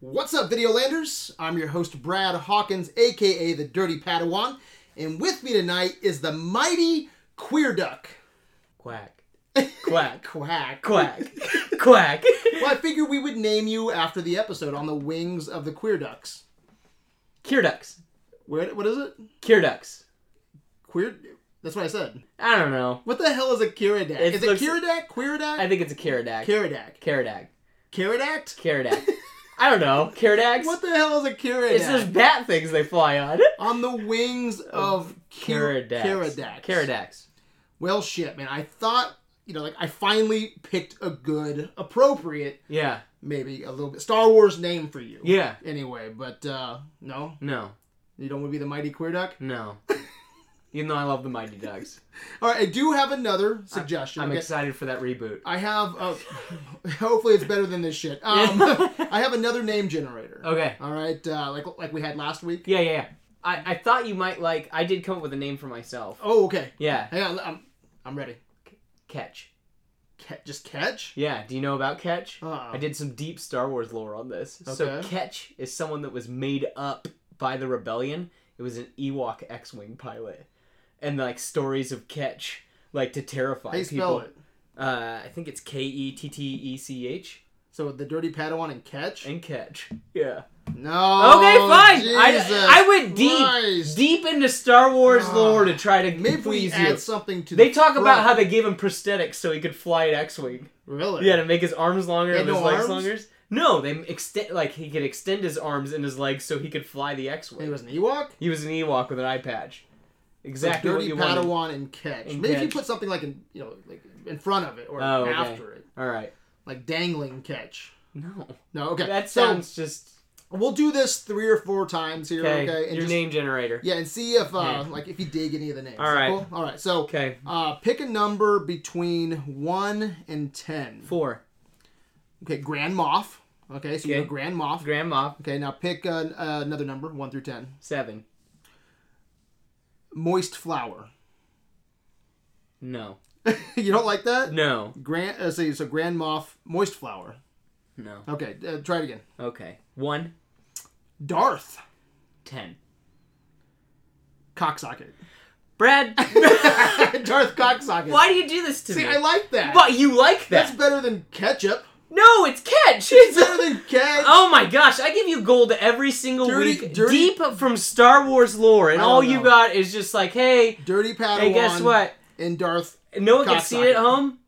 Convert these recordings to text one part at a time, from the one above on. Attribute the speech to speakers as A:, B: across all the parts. A: What's up, Videolanders? I'm your host, Brad Hawkins, aka the Dirty Padawan, and with me tonight is the mighty Queer Duck.
B: Quack. Quack.
A: Quack.
B: Quack. Quack.
A: Well, I figured we would name you after the episode on the wings of the Queer Ducks.
B: Cure ducks.
A: Where, what is it?
B: Cure ducks.
A: Queer. That's what I said.
B: I don't know.
A: What the hell is a Kiradak?
B: It
A: Is
B: looks-
A: it Kiradak? Queeradak?
B: I think it's a Karadak.
A: Kiradak.
B: Karadak.
A: Kiradak?
B: Karadak. I don't know. Karadax?
A: What the hell is a Kiradak?
B: It's those bat things they fly on.
A: on the wings of Kir-
B: Karadax.
A: Kiradak.
B: Karadax.
A: Well, shit, man. I thought, you know, like I finally picked a good, appropriate,
B: Yeah.
A: maybe a little bit Star Wars name for you.
B: Yeah.
A: Anyway, but uh no,
B: No.
A: you don't want to be the mighty queer duck.
B: No. Even though I love the Mighty Ducks.
A: All right, I do have another suggestion.
B: I'm
A: okay?
B: excited for that reboot.
A: I have. Uh, hopefully, it's better than this shit. Um, I have another name generator.
B: Okay.
A: All right, uh, like like we had last week.
B: Yeah, yeah, yeah. I, I thought you might like. I did come up with a name for myself.
A: Oh, okay.
B: Yeah.
A: Hang on, I'm I'm ready.
B: Catch.
A: Ca- just catch.
B: Yeah. Do you know about Catch?
A: Uh,
B: I did some deep Star Wars lore on this. So
A: Okay.
B: Ketch is someone that was made up by the rebellion. It was an Ewok X-wing pilot, and like stories of Ketch, like to terrify
A: How you spell
B: people.
A: it?
B: Uh, I think it's K E T T E C H
A: So the dirty Padawan and catch.
B: and Ketch. Yeah.
A: No.
B: okay,
A: Oh,
B: fine.
A: Jesus
B: I, I went deep,
A: Christ.
B: deep into Star Wars
A: Ah.
B: lore to try to
A: Maybe we
B: please
A: add
B: you.
A: something to.
B: They
A: the
B: talk about
A: front.
B: how they gave him prosthetics so he could fly an X-wing.
A: really.
B: Yeah, to make his arms longer
A: They
B: and
A: had
B: his
A: no
B: legs
A: arms?
B: longer. No, they extend like he could extend his arms and his legs so he could fly the X-wing.
A: It was an Ewok.
B: He was an Ewok with an eye patch. Exactly
A: The
B: what
A: dirty
B: you
A: Padawan
B: wanted.
A: and catch.
B: And
A: Maybe if you
B: catch.
A: put something like in you know like in front of it or
B: Oh, okay.
A: after it,
B: All right.
A: like dangling catch.
B: No,
A: No, okay.
B: that
A: So,
B: sounds just
A: We'll do this three or four times here,
B: okay.
A: okay? And
B: Your
A: just,
B: name generator.
A: Yeah, and see if uh,
B: Yeah.
A: like if you dig any of the names.
B: All right.
A: Cool? All right. So
B: Okay,
A: uh, pick a number between one and ten.
B: four.
A: Okay, Grand Moff. Okay, so you
B: Okay.
A: have Grand Moff.
B: Grandma
A: Okay, now pick uh, uh, another number, one through ten.
B: seven.
A: Moist flower.
B: No,
A: you don't like that?
B: no,
A: Grand. Uh, so, so Grand Moff, moist flower.
B: no.
A: Okay, uh, try it again.
B: Okay, one,
A: Darth,
B: ten.
A: cocksocket.
B: Brad,
A: Darth cocksocket.
B: why do you do this to
A: See,
B: me?
A: I like that.
B: but you like
A: That's
B: that?
A: better than ketchup.
B: No, it's catch. It's
A: Better than ketchup.
B: Oh my gosh, I give you gold every single
A: Dirty-
B: week.
A: dirty-
B: Deep from Star Wars lore, and
A: I don't
B: all you
A: know.
B: got is just like, hey,
A: Dirty Padawan.
B: hey, guess what?
A: And Darth.
B: No one can see it at
A: Cocksocket.
B: home.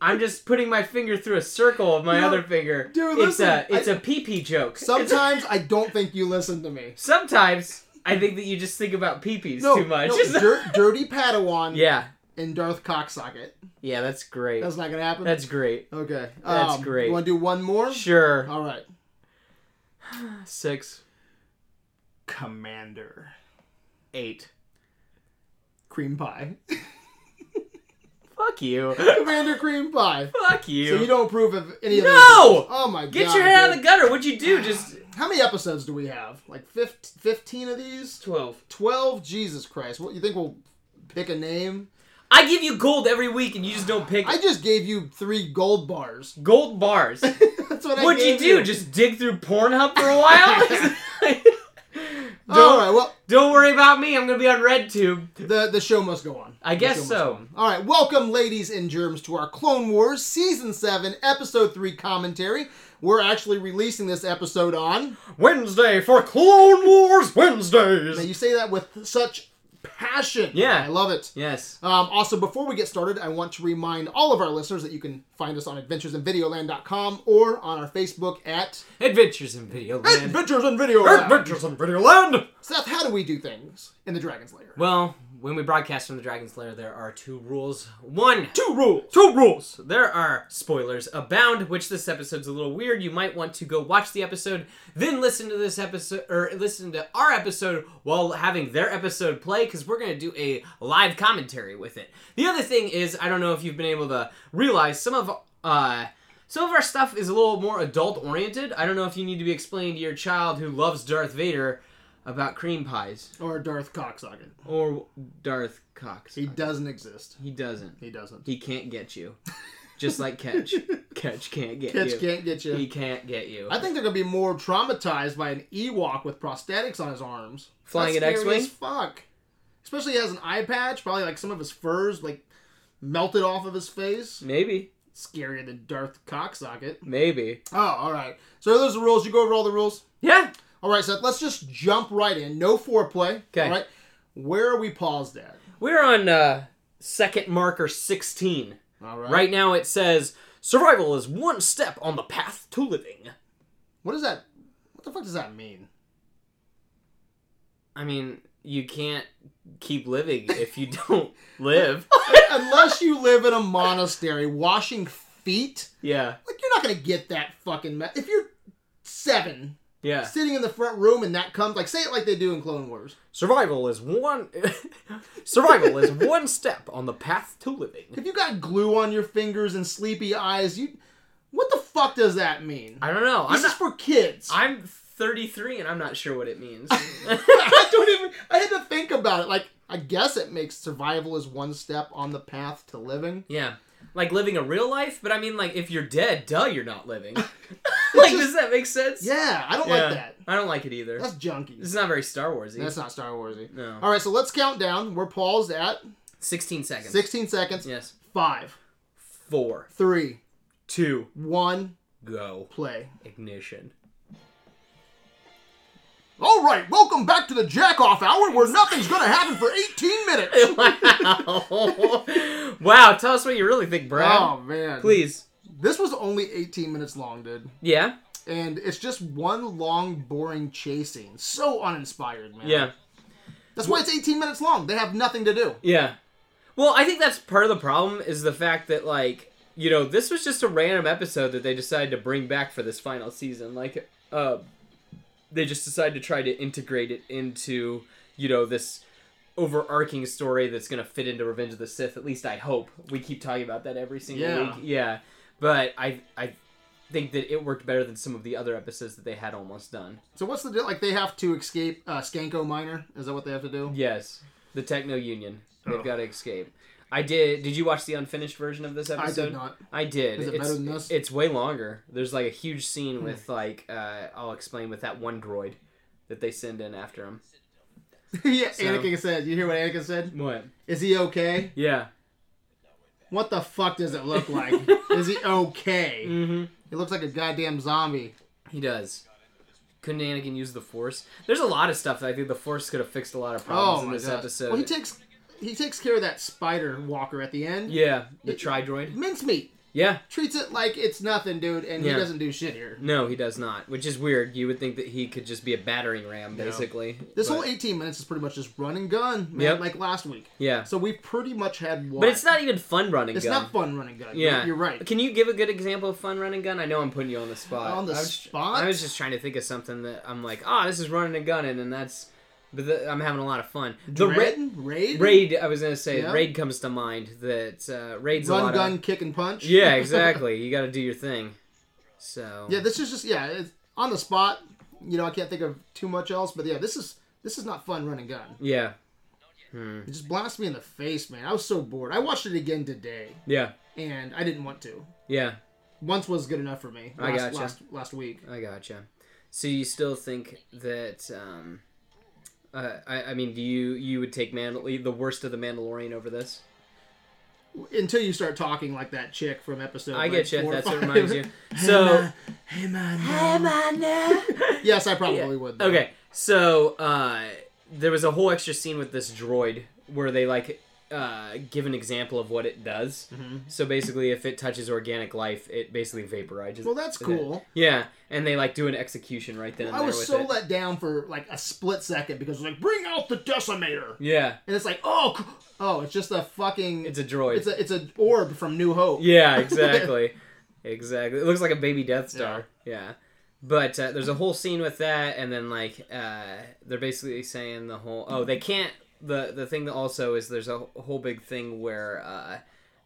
B: I'm just putting my finger through a circle of my
A: You know,
B: other finger.
A: dude,
B: it's
A: listen,
B: a it's
A: I-
B: a pee pee joke.
A: Sometimes I don't think you listen to me.
B: sometimes I think that you just think about pee pees
A: No,
B: too much.
A: no, dir- dirty Padawan
B: yeah,
A: and Darth cocksocket.
B: yeah, that's great. That's,
A: That's not gonna happen.
B: great.
A: okay.
B: that's
A: um,
B: great.
A: You want to do one more?
B: Sure,
A: All right.
B: six,
A: Commander
B: eight.
A: cream pie.
B: Fuck you.
A: Commander cream pie.
B: Fuck you.
A: So you don't approve of any of those?
B: No!
A: things. Oh my god.
B: Get your head out of the
A: dude.
B: gutter. What'd you do? Just
A: How many episodes do we have? Like fif- 15 of these?
B: twelve.
A: 12? Jesus Christ. What you think we'll pick a name?
B: I give you gold every week and you just don't pick
A: I just gave you 3 gold bars.
B: gold bars.
A: That's what I
B: What'd you
A: gave
B: do? Just dig through Pornhub for a while? don't,
A: All right. Well,
B: don't worry about me. I'm going to be on RedTube.
A: the the show must go on.
B: I
A: The show
B: guess
A: must go
B: so.
A: on. All right. Welcome, ladies and germs, to our Clone Wars season seven, episode three commentary. We're actually releasing this episode on.
B: Wednesday for Clone Wars
A: Now,
B: Wednesdays.
A: you say that with such passion.
B: Yeah.
A: I love it.
B: Yes.
A: Um, also, before we get started, I want to remind all of our listeners that you can find us on adventuresinvideoland.com or on our Facebook at
B: Adventures in Video Land.
A: Adventures in Video Land.
B: Adventures in Video Land.
A: Seth, how do we do things in the Dragon's Lair?
B: Well, when we broadcast from the Dragon's Lair, there are two rules. One,
A: Two rules.
B: Two rules. There are spoilers abound, which this episode's a little weird. You might want to go watch the episode, then listen to this episode, or listen to our episode while having their episode play, because we're going to do a live commentary with it. The other thing is, I don't know if you've been able to realize, some of, uh, some of our stuff is a little more adult oriented. I don't know if you need to be explaining to your child who loves Darth Vader about cream pies
A: Or Darth Cocksocket.
B: or Darth Cox.
A: He doesn't exist.
B: He doesn't.
A: He doesn't.
B: He can't get you. Just like Ketch. Ketch can't get
A: Catch
B: you.
A: can't get you.
B: He can't get you.
A: I think they're gonna be more traumatized by an Ewok with prosthetics on his arms.
B: Flying
A: That's
B: an
A: scary
B: X-wing?
A: as Fuck. Especially he has an eye patch. Probably like some of his furs like melted off of his face.
B: Maybe.
A: Scarier than Darth Cocksocket.
B: Maybe.
A: Oh, all right. So those are the rules. You go over all the rules.
B: Yeah.
A: All right, Seth. Let's just jump right in. No foreplay.
B: 'Kay.
A: All right. Where are we paused at?
B: We're on uh, second marker 16.
A: All right.
B: Right now it says survival is one step on the path to living.
A: What does that? What the fuck does that mean?
B: I mean, you can't keep living if you don't live.
A: Unless you live in a monastery, washing feet.
B: yeah.
A: Like you're not gonna get that fucking. Me- if you're seven,
B: Yeah.
A: sitting in the front room, and that comes like say it like they do in Clone Wars.
B: Survival is one Survival is one step on the path to living.
A: If you got glue on your fingers and sleepy eyes, you. What the fuck does that mean?
B: I don't know. I'm
A: this is
B: not,
A: for kids.
B: I'm 33 and I'm not sure what it means.
A: I don't even. I had to think about it. Like, I guess it makes survival as one step on the path to living.
B: yeah. Like living a real life, but I mean like if you're dead, duh, you're not living. like
A: just-
B: does that make sense?
A: Yeah, I don't
B: Yeah.
A: like that.
B: I don't like it either.
A: That's junky.
B: this is not very Star Warsy.
A: That's not Star Warsy.
B: no.
A: All right, so let's count down. We're paused at
B: 16 seconds.
A: 16 seconds.
B: Yes.
A: Five,
B: Four,
A: three,
B: two,
A: one,
B: go.
A: play.
B: Ignition.
A: All right, welcome back to the Jack Off Hour, where nothing's gonna happen for 18 minutes.
B: wow. wow, tell us what you really think, Brad.
A: Oh man,
B: Please.
A: This was only 18 minutes long, dude,
B: Yeah?
A: and it's just one long, boring chase scene. So uninspired, man.
B: Yeah.
A: That's why it's 18 minutes long. They have nothing to do.
B: Yeah. Well, I think that's part of the problem is the fact that like, you know, this was just a random episode that they decided to bring back for this final season. Like uh they just decided to try to integrate it into, you know, this overarching story that's going to fit into Revenge of the Sith. At least I hope. We keep talking about that every single
A: Yeah.
B: week. Yeah. But I I think that it worked better than some of the other episodes that they had almost done.
A: So what's the deal? Like they have to escape uh, Skanko Minor. Is that what they have to do?
B: Yes, the Techno Union. They've
A: Oh.
B: got to escape. I did. Did you watch the unfinished version of this
A: I
B: episode?
A: did not.
B: I did.
A: Is it
B: it's,
A: better than this? Hmm.
B: It's way longer. There's like a huge scene with like uh, I'll explain with that one droid that they send in after him.
A: yeah,
B: So-
A: Anakin said. You hear what Anakin said?
B: What?
A: Is he okay?
B: Yeah.
A: What the fuck does it look like? Is he okay?
B: Mm-hmm.
A: He looks like a goddamn zombie.
B: He does. Couldn't Anakin use the Force? There's a lot of stuff that I think the Force could have fixed a lot of problems
A: Oh
B: in
A: my
B: this
A: god.
B: episode.
A: Well, he takes he takes care of that spider walker at the end.
B: yeah, the
A: It-
B: Tri Droid.
A: Mincemeat
B: Yeah.
A: treats it like it's nothing, dude, and
B: Yeah.
A: he doesn't do shit here.
B: No, he does not. Which is weird. You would think that he could just be a battering ram,
A: No.
B: basically.
A: This
B: but-
A: whole 18 minutes is pretty much just run and gun, man,
B: Yep.
A: like last week.
B: yeah.
A: So we pretty much had one.
B: But it's not even fun running
A: It's
B: gun.
A: not fun running gun.
B: Yeah.
A: You're, you're right.
B: Can you give a good example of fun running gun? I know I'm putting you on the spot.
A: On the
B: I was,
A: spot?
B: I was just trying to think of something that I'm like, ah, this is running and gunning, and that's. But the, I'm having a lot of fun. The
A: Dread?
B: ra-
A: raid?
B: raid, I was gonna say,
A: Yeah.
B: raid comes to mind. That uh, raid's a
A: Run,
B: lot
A: gun,
B: of.
A: kick, and punch.
B: Yeah, exactly. you got to do your thing. So.
A: yeah, this is just yeah, it's on the spot. You know, I can't think of too much else, but yeah, this is this is not fun running gun.
B: yeah. Hmm.
A: It just blasts me in the face, man. I was so bored. I watched it again today,
B: Yeah.
A: and I didn't want to.
B: Yeah.
A: Once was good enough for me.
B: I
A: Last,
B: gotcha.
A: last last week.
B: I gotcha. So you still think that? Um, uh, I, I mean, do you you would take Mandal- the worst of the Mandalorian over this?
A: Until you start talking like that chick from episode.
B: I
A: like,
B: get you.
A: four or
B: That's
A: five.
B: what reminds you. So
A: Hey man. Hey man. Yes, I probably would. though.
B: okay, so uh, there was a whole extra scene with this droid where they like uh, give an example of what it does.
A: Mm-hmm.
B: So basically, if it touches organic life, it basically vaporizes.
A: Well, that's
B: it.
A: cool.
B: Yeah, and they like do an execution right then. And
A: I
B: there
A: was
B: with
A: so
B: it.
A: let down for like a split second because it was like, bring out the decimator,
B: yeah,
A: and it's like, oh, c- oh, it's just a fucking.
B: it's a droid.
A: It's a it's an orb from New Hope.
B: Yeah, exactly. exactly. It looks like a baby Death Star. Yeah. But uh, there's a whole scene with that, and then like uh, they're basically saying the whole oh they can't the the thing that also is there's a wh- whole big thing where uh,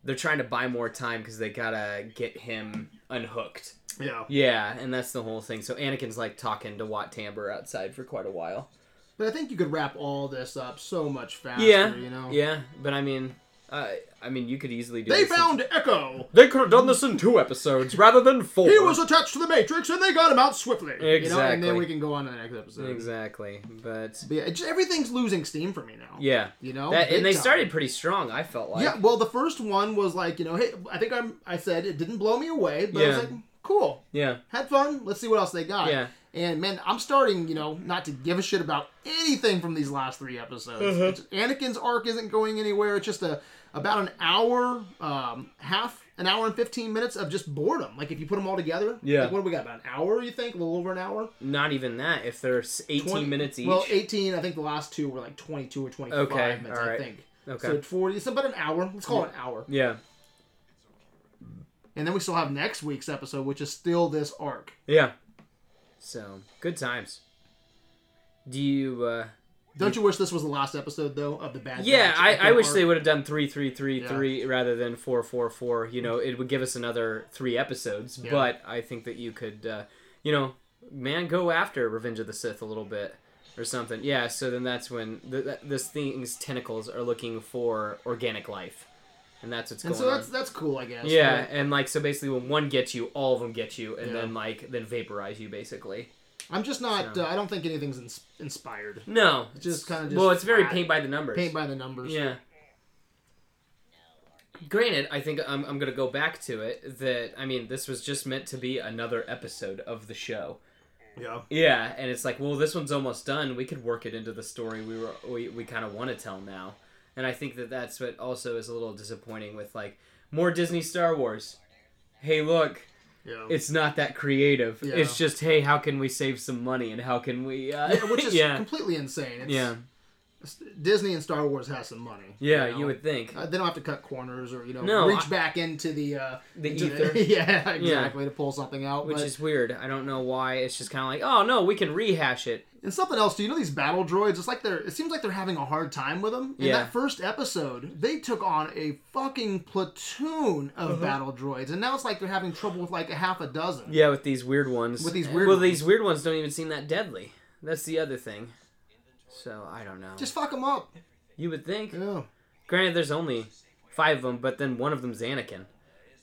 B: they're trying to buy more time because they gotta get him unhooked.
A: Yeah.
B: Yeah, and that's the whole thing. So Anakin's like talking to Wat Tambor outside for quite a while.
A: But I think you could wrap all this up so much faster.
B: Yeah,
A: You know.
B: yeah, but I mean Uh, I mean, you could easily do.
A: They
B: this in-
A: found Echo.
B: they could have done this in two episodes rather than four.
A: He was attached to the Matrix, and they got him out swiftly. You know, and
B: Exactly.
A: then we can go on to the next episode.
B: exactly, but
A: But yeah, it just, everything's losing steam for me now.
B: yeah,
A: You know,
B: that,
A: big
B: and they
A: time.
B: started pretty strong. I felt like
A: Yeah, well, the first one was like, you know, hey, I think I'm. I said it didn't blow me away, but I was
B: Yeah.
A: like, cool,
B: yeah,
A: had fun. Let's see what else they got.
B: Yeah.
A: And man, I'm starting, you know, not to give a shit about anything from these last three episodes.
B: Mm-hmm.
A: It's, Anakin's arc isn't going anywhere. It's just a about an hour, um, half an hour and fifteen minutes of just boredom. Like if you put them all together,
B: Yeah.
A: Like, what do we got? About an hour? You think a little over an hour?
B: not even that. If there's eighteen
A: 20
B: minutes each,
A: Well, eighteen. I think the last two were like twenty-two or twenty-five
B: Okay,
A: minutes.
B: all right.
A: I think.
B: Okay.
A: So it's forty. It's about an hour. Let's call it an hour.
B: yeah,
A: And then we still have next week's episode, which is still this arc.
B: yeah. So good times. Do you? uh
A: Don't you wish this was the last episode though of the bad?
B: Yeah,
A: Batch
B: I, I
A: Echo
B: wish
A: arc?
B: they would have done three, three, three, three rather than four, four, four. You know, it would give us another three episodes.
A: Yeah.
B: But I think that you could, uh, you know, man, go after Revenge of the Sith a little bit or something. Yeah. So then that's when th- th- this thing's tentacles are looking for organic life, and that's what's
A: And
B: going
A: so that's
B: on.
A: that's cool, I guess.
B: Yeah, and like so basically, when one gets you, all of them get you, and
A: Yeah.
B: then like then vaporize you basically.
A: I'm just not.
B: So-
A: Uh, I don't think anything's ins- inspired.
B: No, it's
A: Just kinda just
B: well, it's very
A: flat.
B: paint by the numbers.
A: Paint by the numbers.
B: Yeah. Granted, I think I'm, I'm going to go back to it that, I mean, this was just meant to be another episode of the show.
A: Yeah.
B: Yeah, and it's like, well, this one's almost done. We could work it into the story we were we, we kind of want to tell now. And I think that that's what also is a little disappointing with like more Disney Star Wars. Hey, look,
A: Yeah.
B: it's not that creative.
A: Yeah.
B: It's just, hey, how can we save some money and how can we uh
A: yeah, which is
B: yeah.
A: completely insane. It's,
B: yeah.
A: Disney and Star Wars has some money.
B: Yeah,
A: you know?
B: you would think.
A: Uh, they don't have to cut corners or you know
B: No,
A: reach
B: I-
A: back into the uh,
B: The
A: into
B: ether.
A: yeah, exactly to pull something out.
B: which
A: but-
B: is weird. I don't know why. It's just kind of like, oh no, we can rehash it.
A: And something else, do you know these battle droids? It's like they're. It seems like they're having a hard time with them. In
B: Yeah.
A: that first episode, they took on a fucking platoon of battle droids, and now it's like they're having trouble with like a half a dozen.
B: Uh-huh. Yeah, with these weird ones.
A: With these weird
B: Eh, Well,
A: ones.
B: these weird ones don't even seem that deadly. That's the other thing. So I don't know.
A: Just fuck them up.
B: you would think.
A: Yeah.
B: Granted, there's only five of them, but then one of them's Anakin.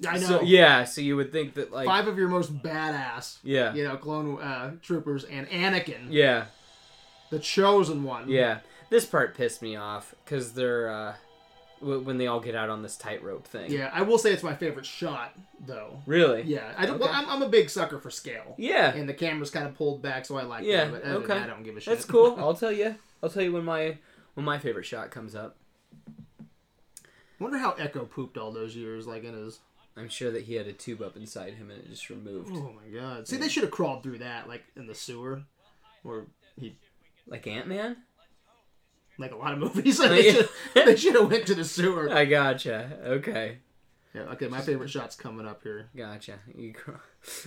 A: I know.
B: So yeah, so you would think that like
A: Five of your most badass.
B: Yeah.
A: You know, clone uh, troopers and Anakin,
B: yeah,
A: the chosen one.
B: yeah. This part pissed me off because they're uh, w- when they all get out on this tightrope thing.
A: Yeah. I will say it's my favorite shot though.
B: Really.
A: Yeah. I don't. Well,
B: Okay.
A: I'm, I'm a big sucker for scale.
B: Yeah.
A: And the camera's kind of pulled back, so I like
B: Yeah,
A: that. But other than
B: okay.
A: that, I don't give a shit.
B: That's cool. I'll tell you. I'll tell you when my when my favorite shot comes up.
A: Wonder how Echo pooped all those years, like in his.
B: I'm sure that he had a tube up inside him and it just removed.
A: Oh my god! See, they should have crawled through that, like in the sewer, or he,
B: Like Ant Man?
A: like a lot of movies. they should they should have went to the sewer.
B: I gotcha. Okay.
A: Yeah, okay, my favorite shot's coming up here.
B: Gotcha. You cr-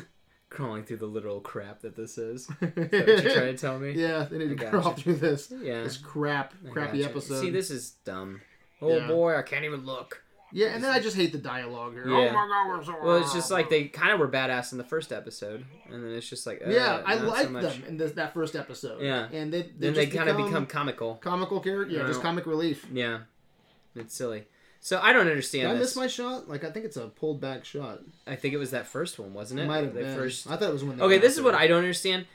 B: crawling through the literal crap that this is. Is that what you're trying to tell me?
A: Yeah, they need to
B: I
A: crawl
B: gotcha.
A: through this.
B: Yeah.
A: This crap,
B: I
A: crappy
B: gotcha.
A: episode.
B: See, this is dumb. Oh
A: Yeah.
B: boy, I can't even look.
A: yeah, and then I just hate the dialogue here.
B: Yeah.
A: Oh my god, we're so.
B: Well, it's just like they kind of were badass in the first episode, and then it's just like uh,
A: Yeah, I
B: not so
A: liked
B: much.
A: them in this, that first episode.
B: Yeah.
A: and they, they
B: Then
A: just
B: they kind of become comical.
A: comical character. Yeah,
B: No.
A: just comic relief.
B: Yeah, it's silly. So I don't
A: Did
B: understand
A: I
B: this.
A: miss my shot? Like I think it's a pulled back shot.
B: I think it was that first one, wasn't it?
A: Might have
B: They
A: been.
B: first-
A: I thought it was when. They
B: Okay,
A: were
B: this
A: out
B: is what
A: there.
B: I don't understand.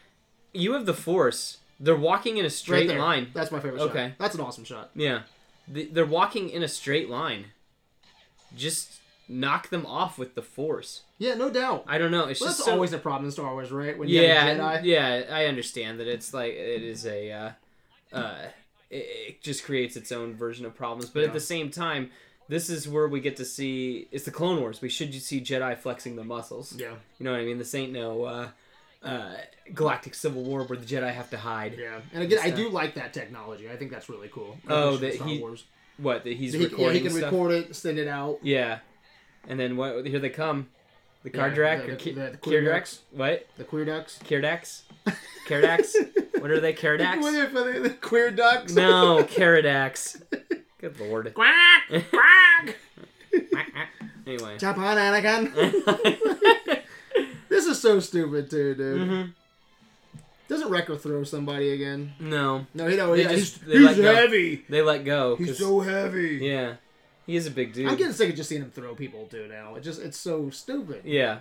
B: You have the force. They're walking in a
A: Right
B: straight
A: there.
B: line.
A: That's my favorite shot.
B: Okay.
A: That's an awesome shot.
B: Yeah. Th- They're walking in a straight line. Just knock them off with the force.
A: Yeah, no doubt.
B: I don't know. It's
A: Well,
B: just
A: that's
B: so-
A: always a problem in Star Wars, right? When you
B: yeah,
A: have a Jedi.
B: yeah. I understand that it's like it is a, uh, uh, it, it just creates its own version of problems. But
A: Yeah.
B: at the same time, this is where we get to see it's the Clone Wars. We should see Jedi flexing their muscles.
A: Yeah.
B: You know what I mean? This ain't no uh, uh, Galactic Civil War where the Jedi have to hide.
A: Yeah. And again, I do like that technology. I think that's really cool. I
B: Oh,
A: wish in
B: that
A: Star
B: he-
A: Wars.
B: What that he's
A: He, yeah, he
B: recording
A: can
B: stuff.
A: record it, send it out.
B: Yeah, and then what? Here they come. The
A: Yeah,
B: Cardrak
A: the-
B: or Ki-
A: the- the
B: Kirdax? What?
A: The queer ducks.
B: Kirdax? Kirdax? what are they? Kirdax?
A: Wait for the, the queer ducks.
B: no, Kirdax. Good lord.
A: Quack quack.
B: Anyway.
A: Jump on Anakin. this is so stupid too, dude.
B: Mhm.
A: Doesn't Wrecker throw somebody again?
B: No,
A: No, he don't.
B: They
A: yeah,
B: just-
A: he's
B: they let
A: he's
B: go.
A: heavy.
B: they let go.
A: He's
B: 'cause-
A: so heavy.
B: yeah. He is a big dude.
A: I'm getting sick of just seeing him throw people too now. It just it's so stupid.
B: yeah.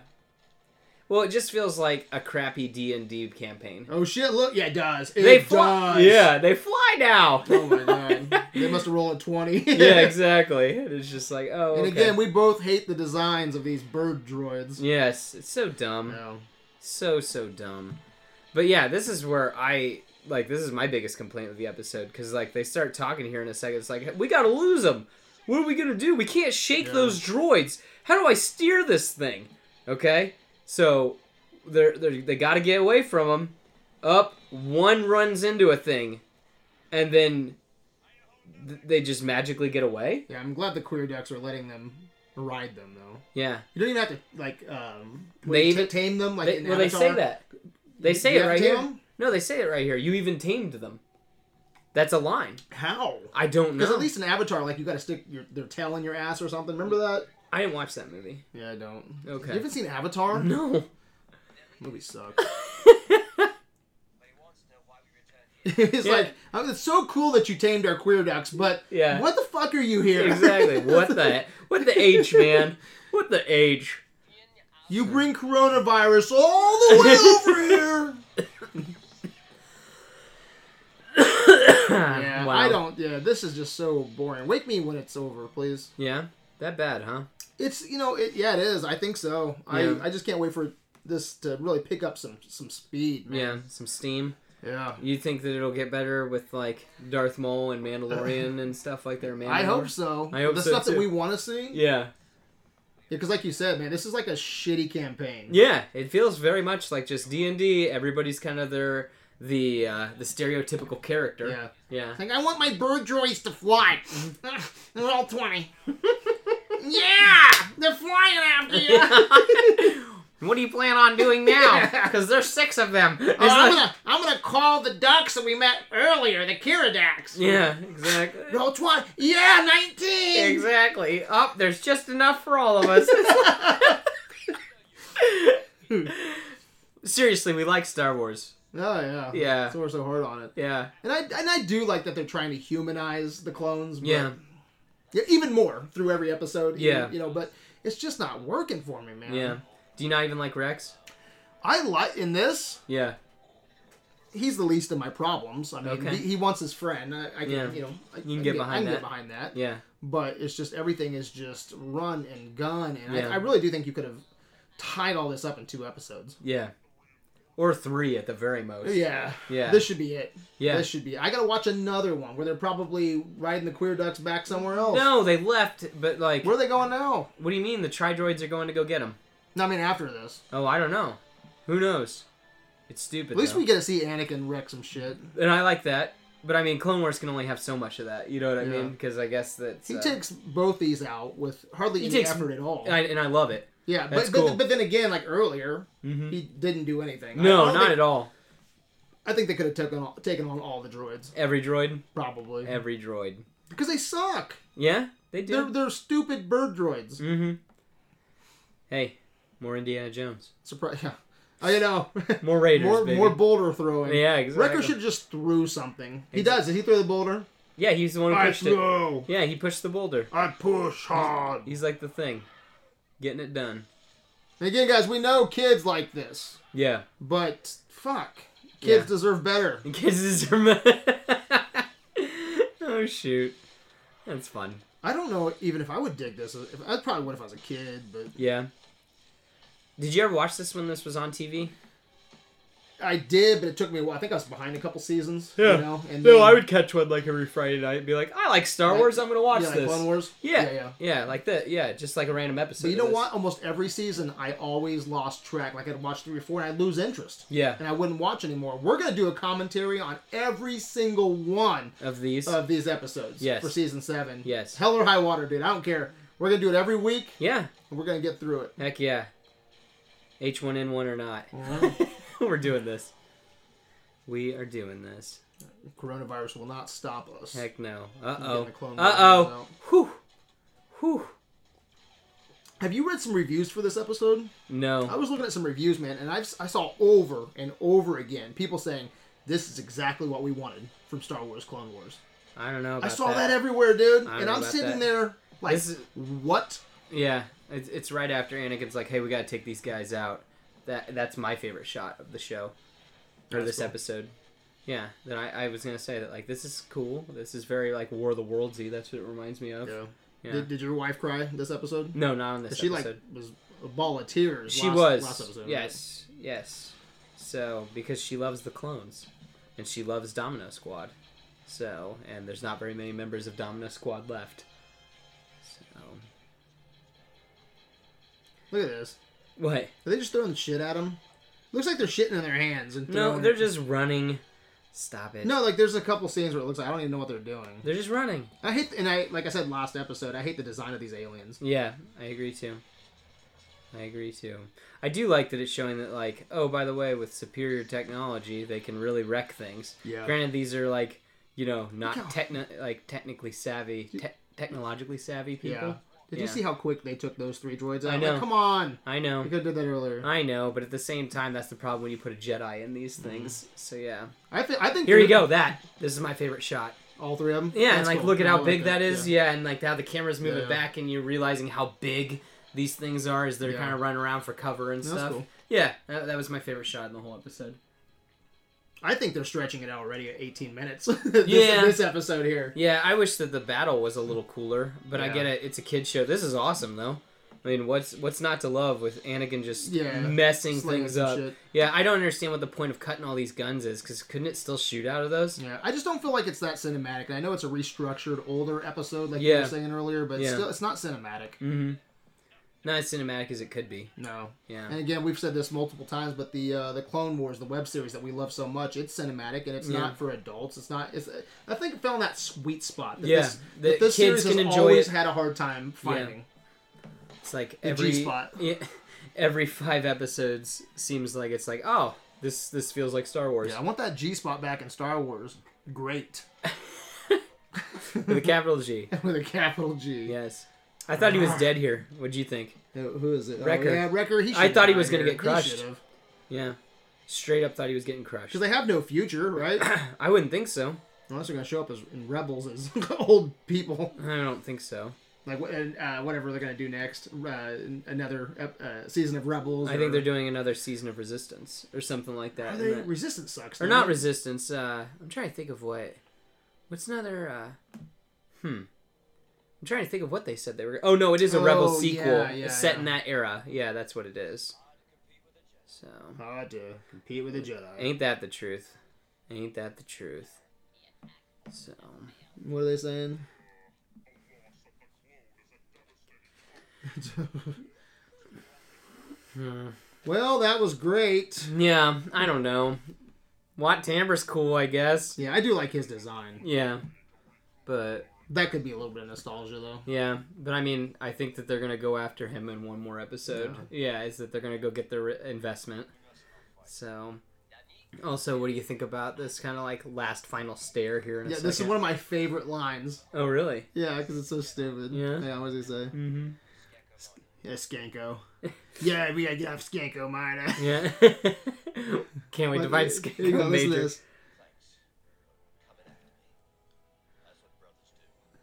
B: Well, it just feels like a crappy D and D campaign.
A: Oh shit! Look, yeah, it does. It
B: They fly.
A: does.
B: Yeah, they fly now.
A: Oh my god. they must have rolled a twenty.
B: yeah, exactly. It's just like oh.
A: And
B: okay.
A: again, we both hate the designs of these bird droids.
B: Yes, it's so dumb.
A: No.
B: So so dumb. But yeah, this is where I like this is my biggest complaint with the episode cuz like they start talking here in a second. It's like we got to lose them. What are we going to do? We can't shake
A: Yeah.
B: those droids. How do I steer this thing? Okay? So they're, they're they got to get away from them. Up one runs into a thing and then th- they just magically get away?
A: Yeah, I'm glad the queer ducks are letting them ride them though.
B: Yeah.
A: You don't even have to like um what,
B: They
A: ta-
B: even-
A: tame them like
B: They,
A: in
B: well, they say
A: Avatar?
B: that. They say
A: You
B: it
A: have
B: right
A: to
B: here.
A: tame 'em?
B: No, they say it right here. You even tamed them. That's a line.
A: How?
B: I don't know.
A: Because at least in Avatar, like you got to stick your, their tail in your ass or something. Remember that?
B: I didn't watch that movie.
A: Yeah, I don't.
B: Okay.
A: You haven't seen Avatar?
B: No.
A: Movie sucks. it's
B: Yeah.
A: like I mean, it's so cool that you tamed our queer ducks, but
B: Yeah.
A: what the fuck are you here?
B: exactly. What the heck? What the age, man? What the age?
A: You bring coronavirus all the way over here. Yeah,
B: Wow.
A: I don't. Yeah, this is just so boring. Wake me when it's over, please.
B: Yeah. That bad, huh?
A: It's you know, it, yeah, it is. I think so.
B: Yeah.
A: I I just can't wait for this to really pick up some some speed,
B: Yeah.
A: man.
B: Some steam.
A: Yeah, yeah.
B: You think that it'll get better with like Darth Maul and Mandalorian and stuff like their Mandalorian?
A: I hope so.
B: I hope
A: the
B: so,
A: stuff
B: too.
A: that we want to see. Yeah,
B: Yeah.
A: because like you said, man, this is like a shitty campaign.
B: Yeah. It feels very much like just D and D. Everybody's kind of their the uh, the stereotypical character.
A: Yeah.
B: Yeah.
A: Like I want my bird droids to fly.
B: Mm-hmm.
A: They're all twenty. yeah, they're flying Oh, after you.
B: what do you plan on doing now? Because there's six of them. It's
A: Oh, I'm
B: like-
A: gonna I'm gonna call the ducks that we met earlier, the Kiridax.
B: Yeah, exactly.
A: Roll twenty. Yeah, nineteen.
B: Exactly. Up, there's just enough for all of us. Seriously, we like Star Wars.
A: Oh yeah.
B: Yeah.
A: So we're so hard on it.
B: Yeah.
A: And I and I do like that they're trying to humanize the clones. But
B: Yeah.
A: Yeah, even more through every episode. even-
B: Yeah.
A: You know, but it's just not working for me, man.
B: Yeah. Do you not even like Rex?
A: I like in this.
B: Yeah.
A: He's the least of my problems. I mean,
B: Okay.
A: he, he wants his friend. I, I can,
B: Yeah.
A: you know, I,
B: can
A: I
B: get behind
A: I can
B: that.
A: get behind that.
B: Yeah.
A: but it's just everything is just run and gun and
B: Yeah.
A: I, I really do think you could have tied all this up in two episodes
B: Yeah. Or three at the very most.
A: yeah
B: Yeah.
A: this should be it
B: Yeah.
A: this should be i gotta watch another one where they're probably riding the queer ducks back somewhere else
B: No, they left, but like,
A: where are they going now
B: what do you mean the Tridroids are going to go get him?
A: no i mean after this
B: Oh, I don't know. Who knows? It's stupid.
A: at least
B: though.
A: we get to see anakin wreck some shit
B: And I like that, but I mean, Clone Wars can only have so much of that. You know what I
A: Yeah.
B: mean? Because I guess that's.
A: he
B: uh,
A: takes both these out with hardly
B: He
A: any
B: takes-
A: effort at all
B: and I, and I love it.
A: yeah
B: that's
A: but,
B: cool.
A: but, but then again like earlier
B: Mm-hmm.
A: he didn't do anything
B: No,
A: I
B: not at all.
A: i think they could have taken on, taken on all the droids
B: Every droid.
A: probably
B: Every droid.
A: because they suck
B: Yeah, they
A: They're,
B: do.
A: they're stupid bird droids.
B: Mm-hmm. Hey, more Indiana Jones.
A: Surprise! Yeah, I you know
B: More Raiders,
A: more
B: baby.
A: more boulder throwing.
B: yeah, exactly.
A: Wrecker should just threw something. He
B: Exactly.
A: does. Did he throw the boulder?
B: Yeah, he's the one who
A: I
B: pushed it.
A: throw.
B: Yeah, he pushed the boulder.
A: I push hard.
B: He's like the thing. Getting it done.
A: And again, guys, we know kids like this,
B: Yeah.
A: but fuck, kids
B: Yeah.
A: deserve better.
B: Kisses are... oh, shoot. That's fun.
A: I don't know even if I would dig this. If, I probably would if I was a kid, but
B: Yeah. Did you ever watch this when this was on TV?
A: I did. But it took me a while. I think I was behind a couple seasons.
B: Yeah.
A: You know? and
B: No,
A: then-
B: I would catch one like every Friday night and be like, I like Star
A: Like-
B: Wars, I'm gonna watch
A: yeah, like
B: this.
A: Clone Wars.
B: Yeah,
A: yeah,
B: yeah,
A: yeah.
B: like that. Yeah, just like a random
A: But
B: episode.
A: you
B: of
A: know
B: this.
A: what? Almost every season, I always lost track. Like I'd watch three or four, and I'd lose interest.
B: Yeah,
A: and I wouldn't watch anymore. We're gonna do a commentary on every single one
B: of these.
A: of these episodes
B: Yes.
A: for season seven.
B: Yes.
A: hell or high water, dude. I don't care. We're gonna do it every week,
B: yeah,
A: and we're gonna get through it.
B: heck yeah. H one N one or not,
A: Mhm.
B: we're doing this. We are doing this.
A: Coronavirus will not stop us.
B: Heck no.
A: Getting the
B: Uh oh.
A: Clone Wars
B: Uh oh.
A: out.
B: Whew. Whew.
A: Have you read some reviews for this episode? I
B: No.
A: was looking at some reviews, man, and I've, I saw over and over again people saying this is exactly what we wanted from Star Wars Clone Wars.
B: I don't know. About
A: I saw that. everywhere, dude,
B: I don't
A: and
B: know
A: I'm
B: about
A: sitting
B: that.
A: there Like
B: This is-
A: what?
B: Yeah, it's, it's right after Anakin's like, "Hey, we gotta take these guys out." That that's my favorite shot of the show, or
A: That's
B: this
A: cool.
B: episode. Yeah, then I, I was gonna say that like this is cool. This is very like War of the Worldsy. That's what it reminds me of. Yeah.
A: Did, did your wife cry this episode?
B: no, not on this
A: She
B: episode.
A: like was a ball of tears.
B: she
A: last-
B: was
A: last episode.
B: yes, yes. So because she loves the clones, and she loves Domino Squad. So and there's not very many members of Domino Squad left. So
A: Look at this.
B: what?
A: Are they just throwing shit at him? Looks like they're shitting in their hands and
B: No,
A: throwing-
B: they're just running. Stop it.
A: no. Like there's a couple scenes where it looks like I don't even know what they're doing.
B: They're just running.
A: I hate and I like I said last episode. I hate the design of these aliens.
B: Yeah, I agree too. I agree too. I do like that it's showing that, like, oh, by the way, with superior technology, they can really wreck things.
A: Yeah.
B: Granted, these are like, you know,
A: Look how-
B: not techno, like technically savvy, te- technologically savvy people.
A: Yeah. Did you
B: Yeah.
A: see how quick they took those three droids out?
B: I
A: Like,
B: know. Uh,
A: come on.
B: I
A: We
B: know,
A: could have did that earlier.
B: I know, but at the same time, that's the problem when you put a Jedi in these things.
A: Mm-hmm.
B: So yeah,
A: I, thi- I think
B: here you go. That this is my favorite shot.
A: All three of them.
B: Yeah, and like look at how big that is.
A: Yeah.
B: Yeah. and like how the camera's moving
A: Yeah, yeah.
B: back, and you're realizing how big these things are as they're
A: Yeah.
B: kind of running around for cover and
A: That's
B: stuff.
A: cool.
B: Yeah, that, that was my favorite shot in the whole episode.
A: I think they're stretching it out already at 18 minutes. this,
B: Yeah.
A: This episode here.
B: Yeah, I wish that the battle was a little cooler, but I
A: Yeah.
B: get it. It's a kid show. This is awesome though. I mean, what's what's not to love with Anakin just
A: Yeah,
B: messing
A: slinging
B: things
A: some
B: up?
A: shit.
B: Yeah, I don't understand what the point of cutting all these guns is because couldn't it still shoot out of those?
A: Yeah, I just don't feel like it's that cinematic. And I know it's a restructured older episode, like you
B: Yeah.
A: were saying earlier, but
B: Yeah.
A: still, it's not cinematic.
B: Mm-hmm. Not as cinematic as it could be.
A: No.
B: Yeah.
A: And again, we've said this multiple times, but the uh, the Clone Wars, the web series that we love so much, it's cinematic and it's
B: Yeah.
A: not for adults. It's not. It's. I think it fell in that sweet spot. That
B: Yeah,
A: This,
B: that
A: that this
B: kids
A: series has
B: can enjoy
A: always
B: it.
A: had a hard time finding.
B: It's like
A: The
B: every
A: G-spot.
B: Yeah, every five episodes seems like it's like oh this this feels like Star Wars.
A: Yeah, I want that G spot back in Star Wars. Great.
B: With a capital G.
A: With a capital G.
B: Yes. I thought he was dead here. What'd you think?
A: Who who is it?
B: Wrecker.
A: Oh, yeah, Wrecker. He
B: I
A: should've
B: thought he
A: died
B: was gonna
A: here.
B: get
A: He
B: crushed.
A: should've.
B: Yeah. Straight up thought he was getting crushed.
A: 'Cause they have no future, right?
B: I wouldn't think so.
A: Unless they're gonna show up as in rebels as old people,
B: I don't think so.
A: like wh- and, uh, whatever they're gonna do next, uh, another ep- uh, season of rebels.
B: I think
A: or-
B: they're doing another season of Resistance or something like that.
A: Are
B: and
A: they
B: that-
A: resistance sucks.
B: or
A: though.
B: not Resistance. Uh, I'm trying to think of what. What's another? Uh, hmm. I'm trying to think of what they said they were. Oh no, it is a Rebel
A: Oh,
B: sequel
A: yeah, yeah,
B: set in
A: yeah.
B: that era. Yeah, that's what it is. So.
A: Hard to compete with a Jedi.
B: Ain't that the truth? Ain't that the truth? So
A: What are they saying? Well, that was great.
B: hmm. yeah, I don't know. Watt Timbre's cool, I guess.
A: Yeah, I do like his design.
B: Yeah, but
A: That could be a little bit of nostalgia though.
B: yeah, but I mean, I think that they're gonna go after him in one more episode. Yeah, is that they're gonna go get their re- investment. So, also, what do you think about this kind of like last final stare here? In a
A: Yeah,
B: second?
A: this is one of my favorite lines.
B: Oh, really?
A: Yeah, because it's so stupid.
B: Yeah.
A: Yeah, what does he say?
B: Mm-hmm.
A: Yeah, Skanko. yeah, we gotta get off Skanko, mine.
B: Yeah. Can't wait to find
A: Here you go, listen to
B: Skanko Major.
A: this.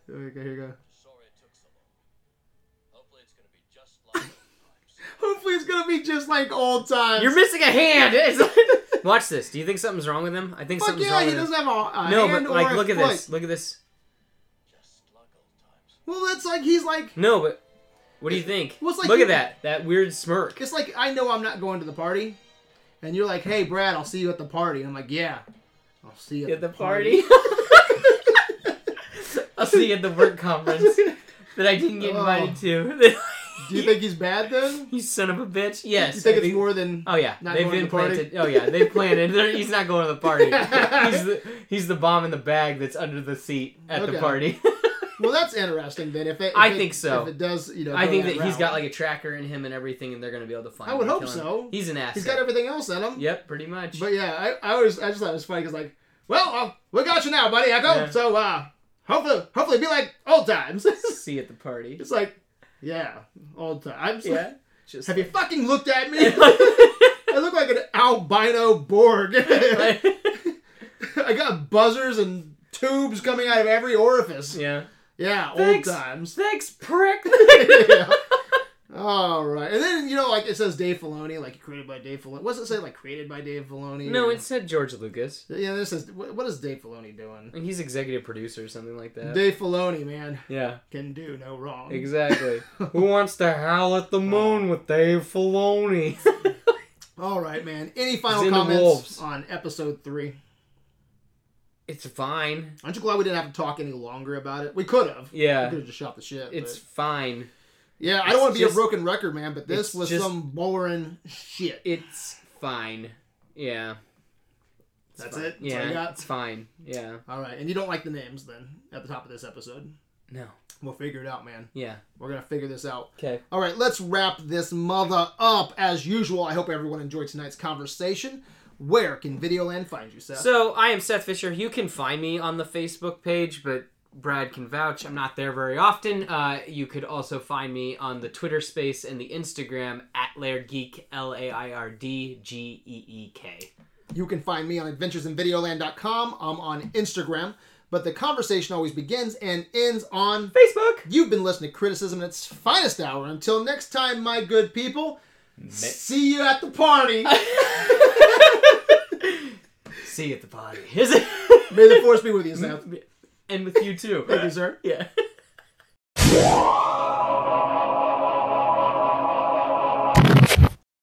A: Here you go, here you go.
C: Sorry it took so long. Hopefully it's gonna be just like
A: Hopefully, it's gonna be just like old times.
B: You're missing a hand. It's- Watch this. Do you think something's wrong with him? I think
A: Fuck
B: something's
A: yeah,
B: wrong
A: he
B: with him.
A: doesn't have a, a
B: no,
A: hand
B: but like,
A: or a
B: look at
A: foot.
B: this. Look at this.
C: just like old times.
A: Well, that's like he's like.
B: No, but what do you think?
A: Well, it's like
B: look
A: he-
B: at that. That weird smirk.
A: It's like I know I'm not going to the party, and you're like, "Hey, Brad, I'll see you at the party." And I'm like, "Yeah, I'll see you at,
B: At the party. I'll see you at the work conference that I didn't get
A: Oh.
B: invited to.
A: Do you think he's bad then?
B: you son of a bitch. Yes.
A: You think
B: I
A: it's
B: think-
A: more than?
B: Oh yeah,
A: Not
B: they've
A: going to
B: been
A: the party?
B: planted. Oh yeah, they planted. They're, he's not going to the party. he's the he's the bomb in the bag that's under the seat at the
A: Okay.
B: party.
A: Well, that's interesting. Then if it, if
B: I
A: it-
B: think so.
A: If it does, you know,
B: I
A: go
B: think that he's
A: route.
B: got like a tracker in him and everything, and they're gonna be able to find.
A: I
B: him
A: would
B: and
A: hope
B: kill him.
A: so.
B: He's an asset.
A: He's got everything else in him.
B: Yep, pretty much.
A: But yeah, I, I always I just thought it was funny because like, well, uh, we got you now, buddy Echo.
B: Yeah.
A: So uh, hopefully, hopefully, be like old times.
B: see at the party.
A: it's like, yeah, old times.
B: Yeah, just
A: Have you fucking looked at me? I look like an albino Borg. I got buzzers and tubes coming out of every orifice.
B: yeah,
A: Yeah,
B: Thanks.
A: old times.
B: Thanks, prick.
A: yeah. All right, and then you know, like it says Dave Filoni, like created by Dave Filoni. What's it say? Like created by Dave Filoni?
B: no,
A: or-
B: it said George Lucas.
A: yeah. This is what what is Dave Filoni doing?
B: And he's executive producer or something like that.
A: Dave Filoni, man,
B: yeah,
A: can do no wrong.
B: exactly. Who wants to howl at the moon with Dave Filoni?
A: All right, man. Any final
B: in the
A: comments
B: wolves.
A: on episode three?
B: it's fine.
A: Aren't you glad we didn't have to talk any longer about it? We could have. We
B: Yeah,
A: could have just shot the shit.
B: it's
A: but-
B: fine.
A: yeah. I
B: it's
A: don't want to be a
B: just-
A: broken record, man, but this
B: it's
A: was
B: just-
A: some boring shit.
B: It's fine. Yeah. It's
A: That's
B: fine.
A: it? That's all
B: Yeah,
A: you got?
B: it's fine. Yeah.
A: All right, and you don't like the names then at the top of this episode.
B: No.
A: We'll figure it out, man.
B: Yeah.
A: We're gonna figure this out.
B: Okay.
A: All right, let's wrap this mother up as usual. I hope everyone enjoyed tonight's conversation. Where can Videoland find you, Seth?
B: So I am Seth Fisher. You can find me on the Facebook page, but Brad can vouch. I'm not there very often. Uh, you could also find me on the Twitter space and the Instagram at Laird Geek L A I R D G E E K.
A: You can find me on adventuresinvideoland.com. I'm on Instagram, but the conversation always begins and ends on.
B: Facebook.
A: You've been listening to Criticism in its finest hour. Until next time, my good people, see you at the party.
B: See you at the party. Is it?
A: May the force be with you, Seth.
B: and with you too.
A: Thank you, sir.
B: yeah.